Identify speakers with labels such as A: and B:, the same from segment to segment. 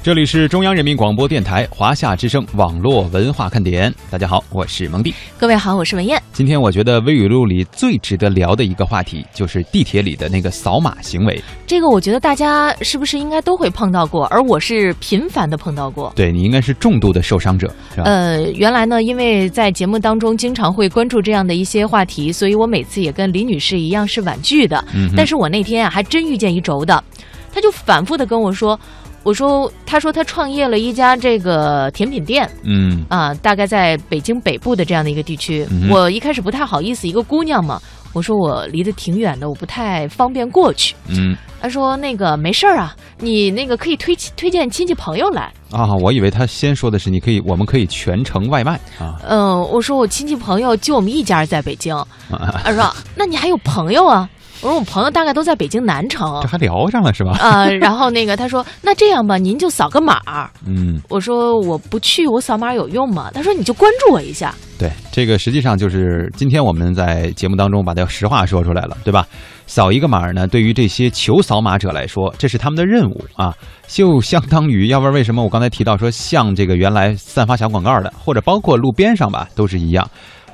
A: 这里是中央人民广播电台华夏之声网络文化看点。大家好，我是蒙蒂。
B: 各位好，我是文燕。
A: 今天我觉得微语录里最值得聊的一个话题，就是地铁里的那个扫码行为。
B: 这个我觉得大家是不是应该都会碰到过，而我是频繁的碰到过。
A: 对你应该是重度的受伤者，是吧？
B: 呃，原来呢，因为在节目当中经常会关注这样的一些话题，所以我每次也跟李女士一样是婉拒的。
A: 嗯哼
B: 但是我那天啊，还真遇见一轴的，他就反复的跟我说，我说，他说他创业了一家这个甜品店，
A: 嗯
B: 啊，大概在北京北部的这样的一个地区。
A: 嗯哼
B: 我一开始不太好意思，一个姑娘嘛，我说我离得挺远的，我不太方便过去。
A: 嗯
B: 她说那个没事儿啊，你那个可以推推荐亲戚朋友来。
A: 啊，我以为他先说的是你可以，我们可以全程外卖啊。
B: 嗯、我说我亲戚朋友就我们一家在北京。她说那你还有朋友啊？我说我朋友大概都在北京南 城
A: 这。还聊上了是吧？
B: 啊，然后那个她说那这样吧，您就扫个码儿。
A: 嗯，
B: 我说我不去，我扫码有用吗？她说你就关注我一下。
A: 对，这个实际上就是今天我们在节目当中把这实话说出来了，对吧？扫一个码呢，对于这些求扫码者来说，这是他们的任务啊，就相当于，要不然为什么我刚才提到说像这个原来散发小广告的，或者包括路边上吧，都是一样。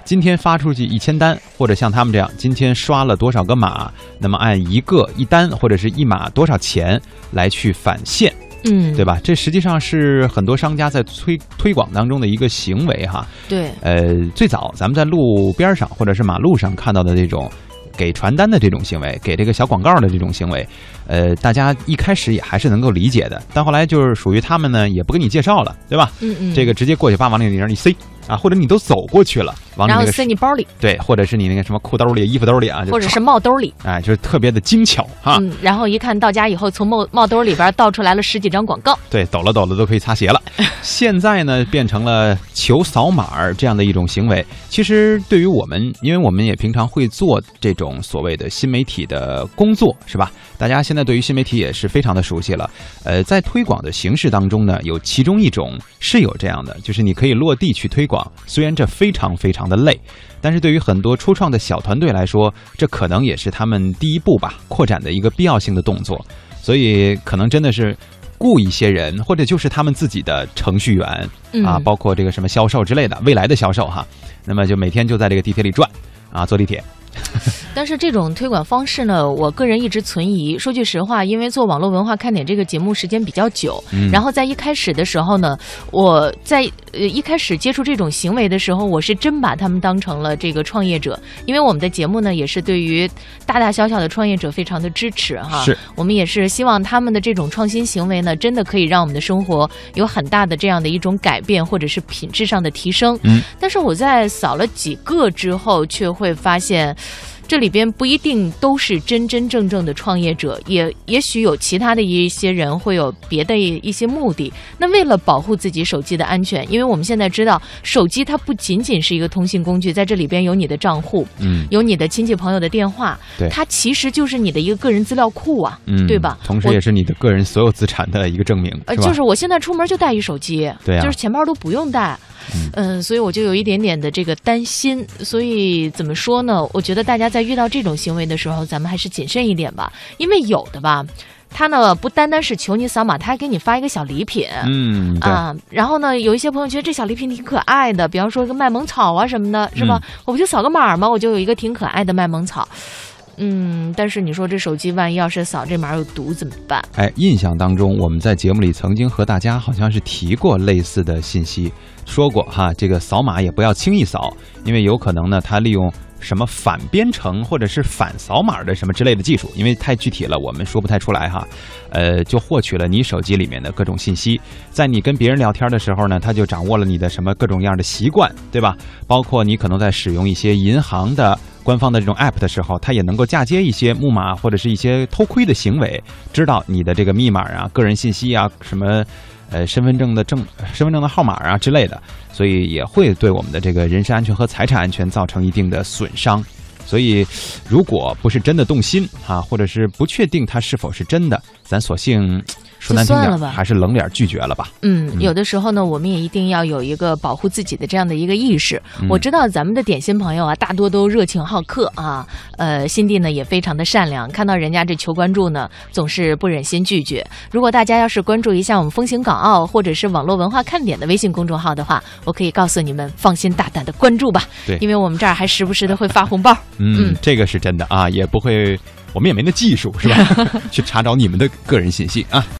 A: 今天发出去一千单，或者像他们这样，今天刷了多少个码，那么按一个一单或者是一码多少钱来去返现。
B: 嗯，
A: 对吧？这实际上是很多商家在推推广当中的一个行为哈。
B: 对。
A: 呃，最早咱们在路边上或者是马路上看到的这种给传单的这种行为，给这个小广告的这种行为，呃，大家一开始也还是能够理解的，但后来就是属于他们呢，也不给你介绍了，对吧？
B: 嗯嗯，
A: 这个直接过去把往那里让你塞啊，或者你都走过去了，往你
B: 然
A: 那
B: 后
A: 个
B: 塞你包里，
A: 对，或者是你那个什么裤兜里、衣服兜里啊，就
B: 或者
A: 唰
B: 是帽兜里，
A: 哎，就是特别的精巧哈。
B: 嗯，然后一看到家以后，从帽帽兜里边倒出来了十几张广告，
A: 对，抖了抖了都可以擦鞋了。现在呢，变成了求扫码儿这样的一种行为。其实对于我们，因为我们也平常会做这种所谓的新媒体的工作，是吧？大家现在对于新媒体也是非常的熟悉了。呃，在推广的形式当中呢，有其中一种是有这样的，就是你可以落地去推广，虽然这非常非常的累，但是对于很多初创的小团队来说，这可能也是他们第一步吧，扩展的一个必要性的动作。所以可能真的是雇一些人，或者就是他们自己的程序员、
B: 嗯
A: 啊，包括这个什么销售之类的，未来的销售哈，那么就每天就在这个地铁里转啊，坐地铁，
B: 但是这种推广方式呢，我个人一直存疑。说句实话，因为做网络文化看点这个节目时间比较久，
A: 嗯
B: 然后在一开始的时候呢，我在呃一开始接触这种行为的时候，我是真把他们当成了这个创业者，因为我们的节目呢也是对于大大小小的创业者非常的支持哈。
A: 是，
B: 我们也是希望他们的这种创新行为呢，真的可以让我们的生活有很大的这样的一种改变，或者是品质上的提升。
A: 嗯，
B: 但是我在扫了几个之后，却会发现。这里边不一定都是真真正正的创业者，也也许有其他的一些人会有别的一些目的。那为了保护自己手机的安全，因为我们现在知道，手机它不仅仅是一个通信工具，在这里边有你的账户，
A: 嗯
B: 有你的亲戚朋友的电话
A: 对，
B: 它其实就是你的一个个人资料库啊，
A: 嗯，
B: 对吧？
A: 同时
B: 我
A: 也是你的个人所有资产的一个证明，
B: 呃，
A: 吧？
B: 就是我现在出门就带一手机，
A: 对啊
B: 就是钱包都不用带，
A: 嗯
B: 嗯、所以我就有一点点的这个担心。所以怎么说呢？我觉得大家在遇到这种行为的时候，咱们还是谨慎一点吧，因为有的吧，他呢不单单是求你扫码，他还给你发一个小礼品。
A: 嗯，对，
B: 啊，然后呢，有一些朋友觉得这小礼品挺可爱的，比方说一个卖萌草啊什么的，是吧？
A: 嗯
B: 我不就扫个码吗？我就有一个挺可爱的卖萌草。嗯，但是你说这手机万一要是扫这码有毒怎么办？
A: 哎，印象当中，我们在节目里曾经和大家好像是提过类似的信息，说过哈，这个扫码也不要轻易扫，因为有可能呢，它利用什么反编程或者是反扫码的什么之类的技术，因为太具体了，我们说不太出来哈。呃，就获取了你手机里面的各种信息，在你跟别人聊天的时候呢，他就掌握了你的什么各种样的习惯，对吧？包括你可能在使用一些银行的官方的这种 app 的时候，它也能够嫁接一些木马或者是一些偷窥的行为，知道你的这个密码啊、个人信息啊、什么呃身份证的证、身份证的号码啊之类的，所以也会对我们的这个人身安全和财产安全造成一定的损伤。所以，如果不是真的动心啊，或者是不确定它是否是真的，咱索性说难听
B: 就
A: 点
B: 算了
A: 儿，
B: 吧
A: 还是冷脸拒绝了吧。
B: 嗯，
A: 嗯
B: 有的时候呢，我们也一定要有一个保护自己的这样的一个意识。
A: 嗯
B: 我知道咱们的点心朋友啊，大多都热情好客啊，呃，心地呢也非常的善良，看到人家这求关注呢，总是不忍心拒绝。如果大家要是关注一下我们风行港澳或者是网络文化看点的微信公众号的话，我可以告诉你们，放心大胆的关注吧，
A: 对
B: 因为我们这儿还时不时的会发红包。
A: 嗯
B: 嗯，
A: 这个是真的啊，也不会，我们也没那技术是吧？去查找你们的个人信息啊。